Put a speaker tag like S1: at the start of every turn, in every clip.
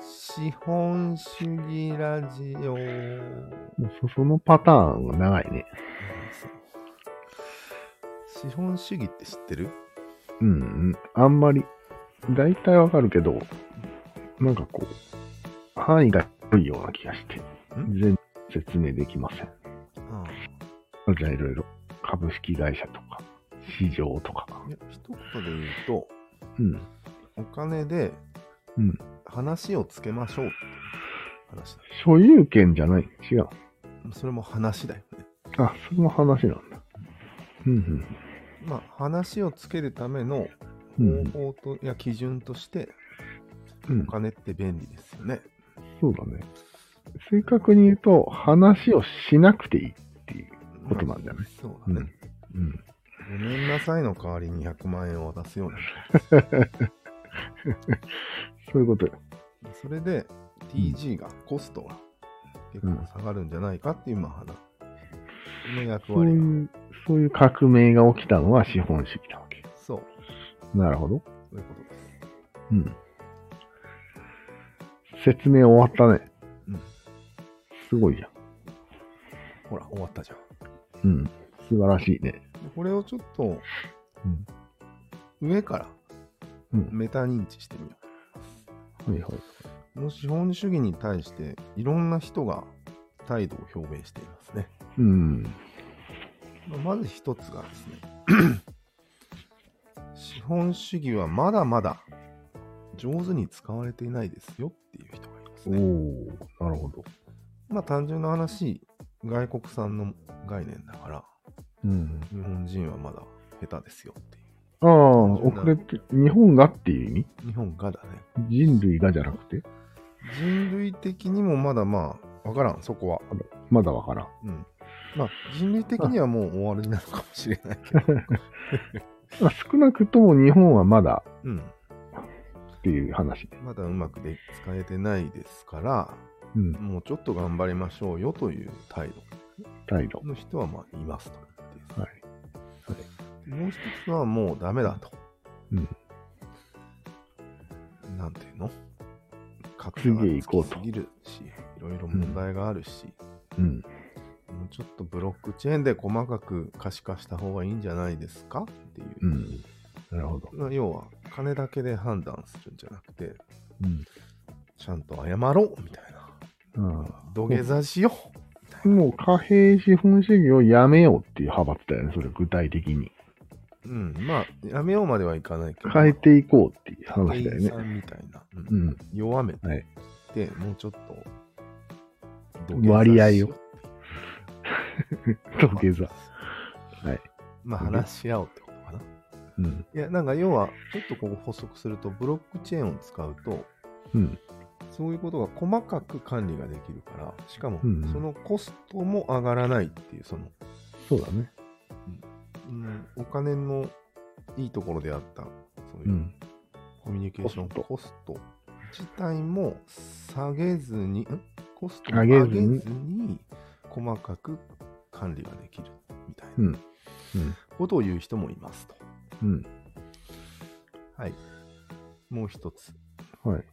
S1: 資本主義ラジオ。
S2: そそのパターンが長いね。
S1: 資本主義って知ってる
S2: うんうん。あんまり、だいたいわかるけど、なんかこう、範囲が広いような気がして、
S1: ん
S2: 全部説明できません。
S1: うん。
S2: じゃあいろいろ、株式会社とか、市場とか。
S1: いや一言で言うと、
S2: うん。
S1: お金で
S2: うん
S1: 話をつけましょうっていう話だ。
S2: 所有権じゃない。違う。
S1: それも話だよね。
S2: あ、その話なんだ。うん
S1: まあ、話をつけるための
S2: うん
S1: 方法と、いや基準として、
S2: うん。う
S1: お
S2: ん。
S1: 金って便利ですよね。
S2: そうだね。正確に言うと、話をしなくていいっていう。ことなんじゃない
S1: そうだね。
S2: うん。
S1: ごめんなさいの代わりに100万円を渡すような。
S2: そういうことよ。
S1: それで TG が、コストが結構下がるんじゃないかっていう、まあ、話。の役
S2: そう
S1: 割が。
S2: いう、そういう革命が起きたのは資本主義なわけ。
S1: そう、
S2: なるほど。
S1: そういうことです。
S2: うん。説明終わったね。
S1: うん。
S2: すごいじゃん。
S1: ほら、終わったじゃん。
S2: うん。素晴らしいね。
S1: でこれをちょっと、上から
S2: うん。
S1: メタ認知してみよ
S2: はいはい。
S1: う。もう資本主義に対していろんな人が態度を表明していますね。
S2: うん。
S1: まあまず一つがですね、 資本主義はまだまだ上手に使われていないですよっていう人がいます
S2: お
S1: ね。
S2: おなるほど。
S1: まあ単純な話、外国産の概念だから、
S2: うん。
S1: 日本人はまだ下手ですよってい
S2: ああ、遅れて、日本がっていう意味
S1: う。日本がだね。
S2: 人類がじゃなくて
S1: 人類的にもまだまあ、わからん、そこは。
S2: まだわからん。
S1: うん。まあ、人類的にはもう終わりなのかもしれない けど。
S2: まあ少なくとも日本はまだ
S1: うん。
S2: っていう話ね。
S1: まだうまくで使えてないですから、
S2: うん。
S1: もうちょっと頑張りましょうよという態
S2: 態度
S1: 度。の人はまあいますとで
S2: はい。
S1: もう一つはもうダメだと。
S2: うん。
S1: なんていうの格
S2: 次へ行こうと
S1: 差がつきすぎるし、いろいろ問題があるし、
S2: うん。
S1: もうちょっとブロックチェーンで細かく可視化した方がいいんじゃないですかっていうう。
S2: ん。なるほど。
S1: まあ要は、金だけで判断するんじゃなくて、
S2: うん。
S1: ちゃんと謝ろうみたいな。
S2: ああ
S1: 土下座しよ
S2: もう貨幣資本主義をやめようっていう派閥だよね、それ具体的に。
S1: う。うん、まあ、やめようまではいかないけど。
S2: 変えていこうっていう
S1: 店
S2: 話だよ
S1: 員
S2: ね
S1: さ。んみたいな。うん
S2: うん。
S1: 弱めて、
S2: はい
S1: でもうちょっと
S2: 割合を
S1: を
S2: 土下座。はい。
S1: まあ話し合おうってことかな。
S2: うん。
S1: いや、なんか要は、ちょっとここ補足すると、ブロックチェーンを使うと、
S2: うん。
S1: そういうことが細かく管理ができるから、しかも
S2: うんうん
S1: そのコストも上がらないっていう、その、
S2: そうだね。
S1: うん、お金のいいところであった、そう
S2: う。
S1: いうんコミュニケーション
S2: コスト
S1: コスト自体も下げずに、んコストも
S2: 上
S1: 上
S2: げ
S1: げ
S2: ずに
S1: ずに細かく管理ができるみたい
S2: うん
S1: なことを言う人もいますと。
S2: うん。
S1: はい。もう一つ。
S2: うん。はい。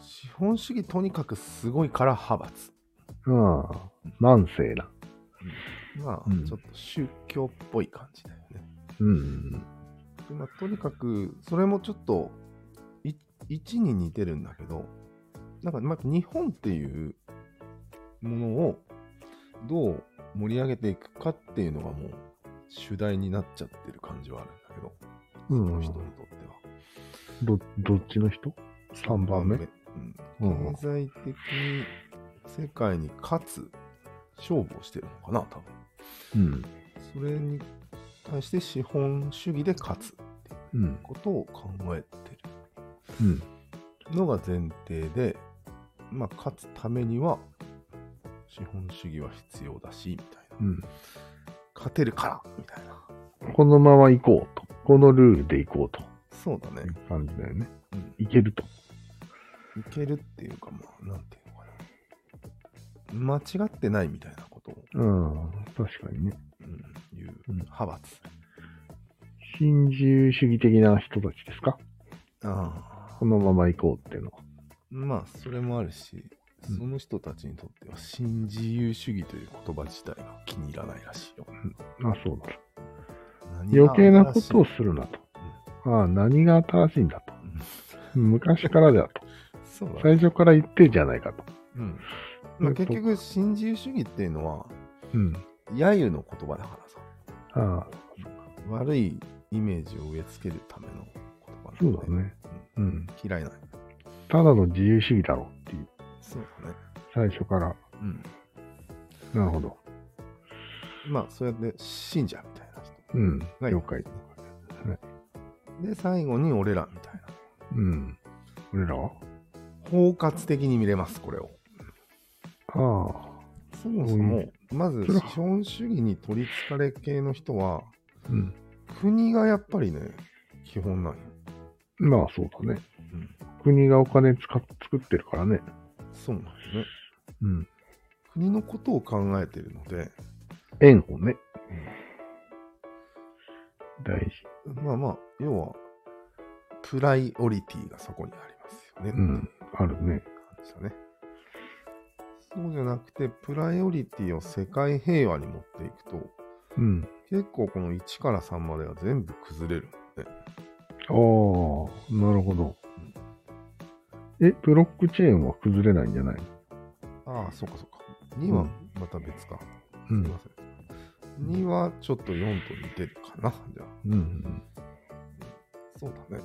S1: 資本主義とにかくすごいから派閥。
S2: ああ、慢性な。
S1: まあ、
S2: うん
S1: ちょっと宗教っぽい感じだよね。
S2: うん。
S1: でまあ、とにかく、それもちょっと、い一に似てるんだけど、なんか、まあ、日本っていうものをどう盛り上げていくかっていうのがもう主題になっちゃってる感じはあるんだけど、そ
S2: うん
S1: の人にとっては。
S2: ど、どっちの人 ?3 番目。
S1: う、
S2: うんん
S1: 経済的に世界に勝つ勝負をしてるのかな、多分。
S2: うん。
S1: それに対して資本主義で勝つ
S2: うん。
S1: ことを考えて
S2: うん。
S1: るのが前提で、まあ、勝つためには資本主義は必要だし、みたいな。
S2: うん。
S1: 勝てるから、みたいな。
S2: このまま行こうと。このルールで行こうと。
S1: そうだね
S2: いう。感じだよね。
S1: うん、
S2: いけると。
S1: いけるっていうか、まあ、なんていうのかな。間違ってないみたいなことを、
S2: うん。確かにね。
S1: うん、言う
S2: うん
S1: 派閥。
S2: 新自由主義的な人たちですか
S1: ああ、
S2: このまま行こうっていうのは。
S1: まあ、それもあるし、
S2: うん
S1: その人たちにとっては、新自由主義という言葉自体が気に入らないらしいよ。
S2: あ、そうだ。
S1: 何が
S2: 余計なこと
S1: 新
S2: を
S1: しい
S2: するなと。ああ、何が新しいんだと。
S1: うん
S2: 昔からだと。
S1: そうだね
S2: 最初から言ってんじゃないかと。
S1: うんまあ、
S2: うんそう
S1: 結局、新自由主義っていうのは、
S2: うん。
S1: 揶揄の言葉だからさ、
S2: ああ、
S1: 悪いイメージを植え付けるための言葉なん
S2: そうだね。うん。
S1: 嫌いない。
S2: ただの自由主義だろうっていう。
S1: そうだね。
S2: 最初から。
S1: うん。
S2: なるほど。
S1: まあ、そうやって信者みたいな人。
S2: うん。
S1: はい
S2: 了解。
S1: で、最後に俺らみたいな。
S2: うん。俺らは
S1: 包括的に見れます、これを。
S2: ああ。
S1: そもそも、まず
S2: それ
S1: 資
S2: は
S1: 本主義に取りつかれ系の人は、
S2: うん。
S1: 国がやっぱりね、基本なんよ。
S2: まあそうだね。
S1: うん
S2: 国がお金使っ作ってるからね。
S1: そうなんですね。
S2: うん。
S1: 国のことを考えてるので、
S2: 円をね。大事。
S1: まあまあ、要は、プライオリティがそこにありますよね。
S2: うん。あるね。
S1: 感じだね。そうじゃなくて、プライオリティを世界平和に持っていくと、
S2: うん。
S1: 結構この1から3までは全部崩れる。
S2: ああ、なるほど。え、ブロックチェーンは崩れないんじゃない
S1: ああ、そっかそっか。2はまた別か。
S2: う
S1: すいま
S2: ん。
S1: せん。2はちょっと4と似てるかな。じゃあ、
S2: うん。
S1: そうだね。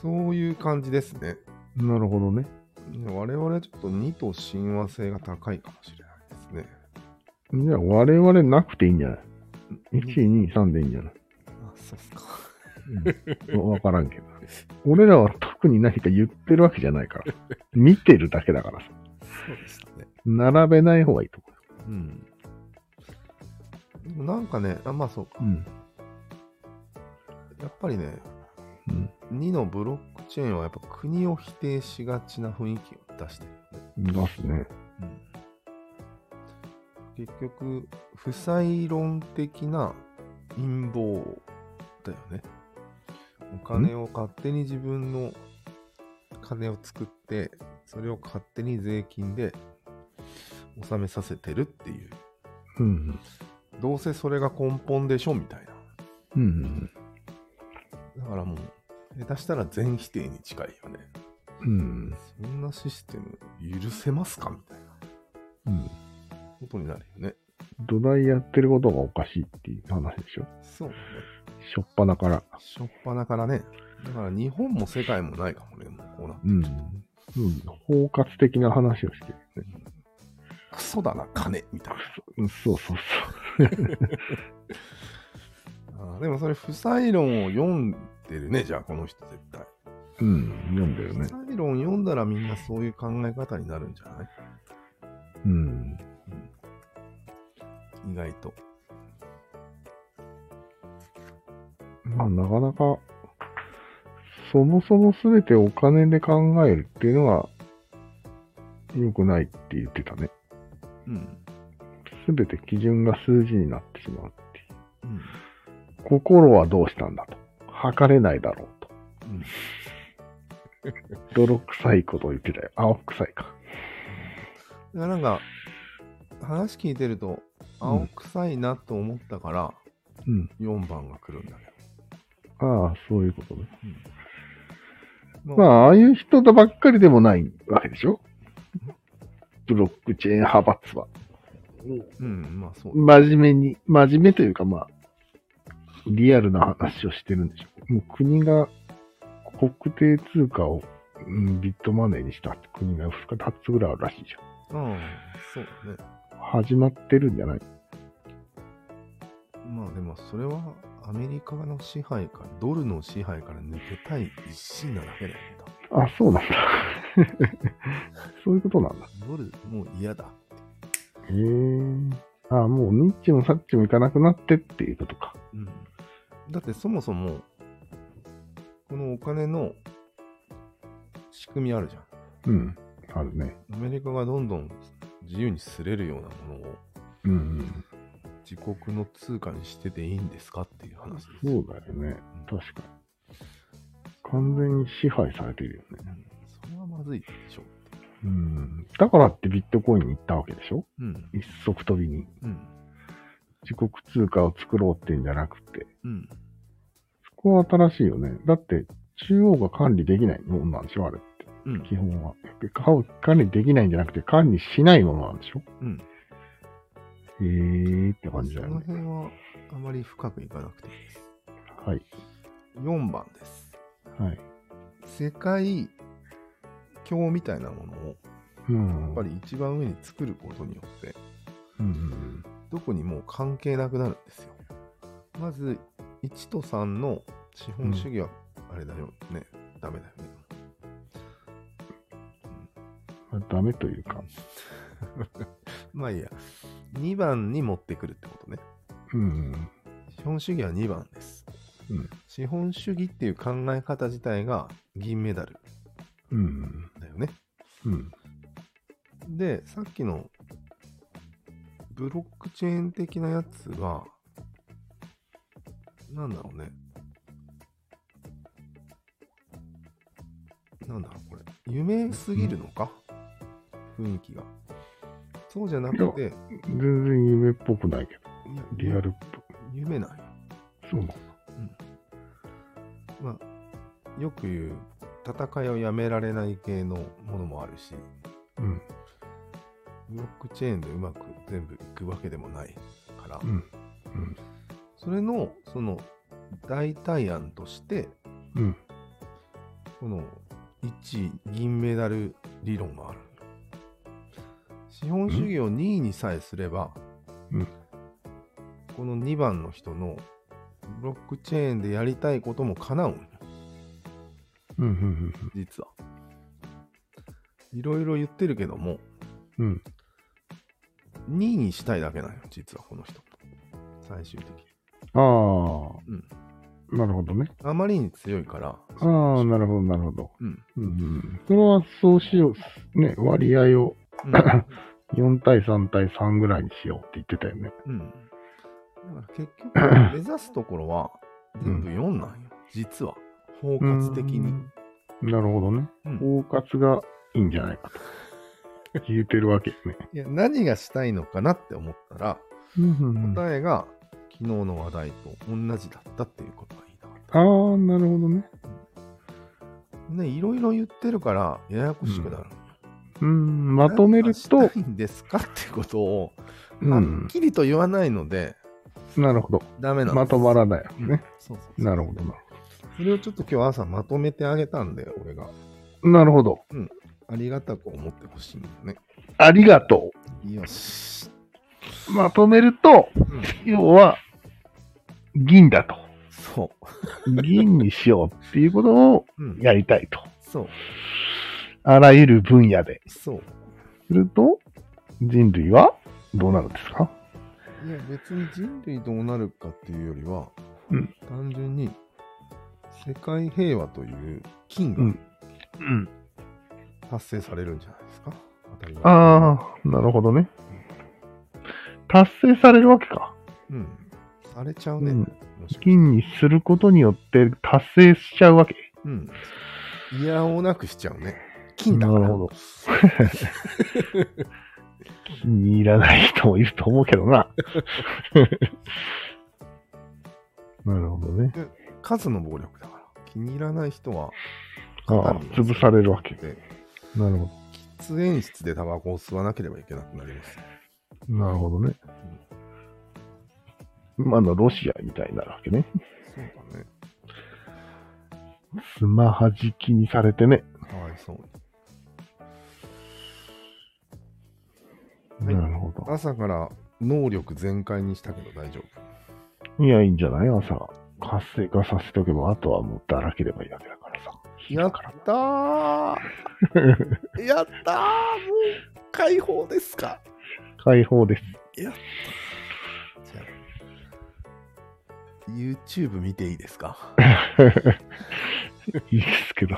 S1: そういう感じですね。
S2: なるほどね。
S1: ね我々ちょっと2と親和性が高いかもしれないですね。
S2: じゃあ我々なくていいんじゃない ?1、2、3でいいんじゃない
S1: あ、そうっすか。
S2: うん。わからんけど。俺らは特に何か言ってるわけじゃないから。見てるだけだからさ。
S1: そうでしたね。
S2: 並べない方がいいと思
S1: うん。でもなんかね、あまあそうか
S2: う。。うん。
S1: やっぱりね、
S2: うん
S1: 2のブロックチェーンはやっぱ国を否定しがちな雰囲気を出してるよね。
S2: 出すね。
S1: 結局、不採論的な陰謀だよね。お金を勝手に自分の金を作って、それを勝手に税金で納めさせてるっていう。
S2: うん。
S1: どうせそれが根本でしょみたいな。
S2: うん。
S1: だからもう、下手したら全否定に近いよね。
S2: うん。
S1: そんなシステム許せますかみたいな
S2: うん。
S1: ことになるよね。
S2: 土台やってることがおかしいっていう話でしょ。
S1: そうね。
S2: しょっぱなから。
S1: しょっぱなからね。だから日本も世界もないかもね。もうこうなって
S2: うん
S1: くると。。
S2: うん、包括的な話をしてるね。
S1: クソだな、金みたい
S2: うんそうそうそう。
S1: な。あーでもそれ、不採論を読んでるね、じゃあこの人絶対。
S2: うん。読んだよ
S1: 不
S2: ね。
S1: 採論読んだらみんなそういう考え方になるんじゃない
S2: うん。
S1: 意外と。
S2: まあ、なかなか、そもそも全てお金で考えるっていうのは、良くないって言ってたね。
S1: うん。
S2: 全て基準が数字になってしまうっていう。
S1: うん。
S2: 心はどうしたんだと。測れないだろうと。
S1: うん
S2: 泥臭いことを言ってたよ。青臭いか。
S1: だからなんか、話聞いてると、青臭いなと思ったから、
S2: うん。
S1: 4番が来るんだけ
S2: ああ、そういうことね。
S1: ど。
S2: ま
S1: あ、
S2: あ、ああいう人とばっかりでもないわけでしょブロックチェーン派閥は。
S1: うん、まあそうだ
S2: 真面目に、真面目というかまあ、リアルな話をしてるんでしょもう国が国定通貨を、うん、ビットマネーにしたって国が2つぐらいあるらしいじゃん。
S1: うん、そうだね。
S2: 始まってるんじゃない
S1: まあでもそれはアメリカの支配から、ドルの支配から抜けたい一心なだけだよね。多
S2: あ、そうなんだ。 そういうことなんだ。
S1: 分ドルもう嫌だ。
S2: へえ。あ、もうニッチもサッチもいかなくなってっていうことか。
S1: うん、だってそもそも、このお金の仕組みあるじゃ
S2: うん。あるね。
S1: ん。アメリカがどんどん自由にすれるようなものを
S2: うんうん。
S1: 自国の通貨にしてていいんですかっていう話です
S2: そ
S1: よ。
S2: うだよね。確かに。考完全に支配されてるよね。
S1: それはまずいでしょ。
S2: うん。だからってビットコインに行ったわけでしょ
S1: うん。
S2: 一足飛びに。
S1: うん。
S2: 自国通貨を作ろうっていうんじゃなくて。
S1: うん。
S2: そこは新しいよね。だって、中央が管理できないもんなんでしょあれって。
S1: うん。
S2: 基本は。管理できないんじゃなくて、管理しないものなんでしょ
S1: うん。
S2: へーって感じだ
S1: そ
S2: よ
S1: の
S2: ね。
S1: 辺はあまり深くいかなくていいです。
S2: はい。
S1: 4番です。
S2: はい。
S1: 世界鏡みたいなものを
S2: うん。
S1: やっぱり一番上に作ることによって、
S2: うんうん
S1: どこにもう関係なくなるんですよ。まず、1と3の資本主義はあれだよね。ダメだよね。
S2: うん。まあダメというか。
S1: まあいいや。2番に持ってくるってことね。
S2: うん。
S1: 資本主義は2番です。
S2: うん
S1: 資本主義っていう考え方自体が銀メダル
S2: うん。
S1: だよね。
S2: うん。
S1: で、さっきのブロックチェーン的なやつは、なんだろうね。なんだろう、これ。夢すぎるのか、雰囲気が。そうじゃなくて、
S2: 全然夢っぽくないけど。
S1: いや
S2: リアルっぽ
S1: 夢なんよ。
S2: い。そうなの
S1: まあ、よく言う、戦いをやめられない系のものもあるし、
S2: うん。
S1: ブロックチェーンでうまく全部いくわけでもないから、
S2: うん。
S1: それの、その、代替案として、
S2: うん。
S1: この、1銀メダル理論がある。資本主義を2位にさえすれば、
S2: うん
S1: この2番の人の、ブロックチェーンでやりたいことも叶うんよ
S2: うん。うん。
S1: 実は。いろいろ言ってるけども、
S2: うん。
S1: 2位にしたいだけなのよ、実はこの人。最終的に。
S2: ああ。
S1: うん
S2: なるほどね。
S1: あまりに強いから、
S2: ああ、なるほど、なるほど。
S1: うん。
S2: うんうん。それはそうしよう。ね、割合を
S1: うん。
S2: 4対3対3ぐらいにしようって言ってたよね。
S1: うん、だから結局、 目指すところは全部4なんよ、実は。包括的に。
S2: うん。なるほどね。
S1: うん
S2: 包括がいいんじゃないかと。言えてるわけよね。
S1: いや何がしたいのかなって思ったら、
S2: うんうんうん、あ
S1: 答えが昨日の話題と同じだったっていうことが言いたかった。
S2: あー、なるほどね。
S1: ね、いろいろ言ってるから、ややこしくなる。
S2: うん、まとめる
S1: 何
S2: と
S1: がし、たいんですかっていうことを、
S2: う
S1: は
S2: ん
S1: っ、きりと言わないので、
S2: なるほ
S1: ダメなん
S2: ど。
S1: です
S2: まとまらないよ
S1: うん
S2: ね。
S1: そうそうそう
S2: なるほどな。
S1: それをちょっと今日朝まとめてあげたんで、俺が
S2: なるほど。
S1: ありがたく思ってほしいんだよ
S2: ありがと
S1: ね。よし。
S2: う。まとめると、
S1: うん
S2: 要は、銀だと。
S1: そ
S2: 銀にしようっていうことを
S1: う。うん。
S2: やりたいと。
S1: そう。
S2: あらゆる分野で。
S1: そう。
S2: すると、人類はどうなるんですか
S1: いや、別に人類どうなるかっていうよりは、
S2: うん
S1: 単純に世界平和という金
S2: う
S1: が
S2: んうん。
S1: 達成されるんじゃないですか。当たり前。
S2: ああ、なるほどね。達成されるわけか。
S1: うん。されちゃうね。
S2: うん
S1: もしかして
S2: 金にすることによって達成しちゃうわけ。
S1: うん。いやおなくしちゃうね。金だから。
S2: なるほど。気に入らない人もいると思うけど な。なるほどね。
S1: 数の暴力だから。気に入らない人は、
S2: ああ、潰されるわけ。
S1: で、
S2: なるほ
S1: 喫煙室でタバコを吸わなければいけなくなります。
S2: ど。なるほどね。今のロシアみたいになるわけね。
S1: そうだね。
S2: スマはじきにされてね。
S1: かわいそうに。はい
S2: なるほど。
S1: 朝から能力全開にしたけど大丈夫。
S2: いや、いいんじゃない朝、活性化させておけば、あとはもうだらければいいわけだからさ。
S1: やっ
S2: から
S1: たー やったーもう解放ですか
S2: 解放です。
S1: じゃあ YouTube 見ていいですか
S2: いいで すけど。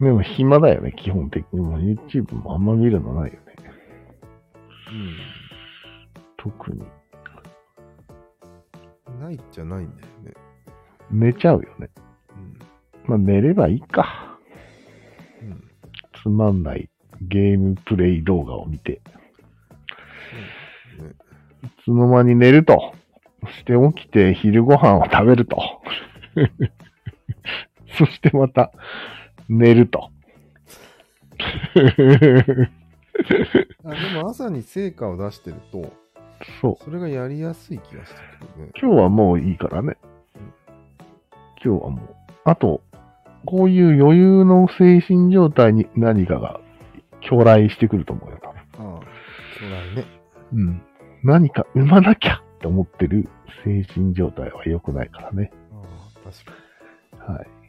S2: でも暇だよね、基本的に。もう YouTube もあんま見るのないよね。
S1: う
S2: 特に。
S1: ん。なないっちゃないんだよね。
S2: 寝ちゃうよね。
S1: うん。
S2: まあ寝ればいいか。
S1: うん。
S2: つまんないゲームプレイ動画を見て。
S1: そうね
S2: いつの間に寝ると。そして起きて昼ご飯を食べると。 そしてまた寝る と。
S1: あでも朝に成果を出してると、
S2: そう。
S1: それがやりやすい気がしたけどね。
S2: 今日はもういいからね。今日はもう。あと、こういう余裕の精神状態に何かが狂来してくると思うよ、多分
S1: ああ、将来ね。
S2: うん。何か生まなきゃって思ってる精神状態は良くないからね。
S1: ああ、確か
S2: はい。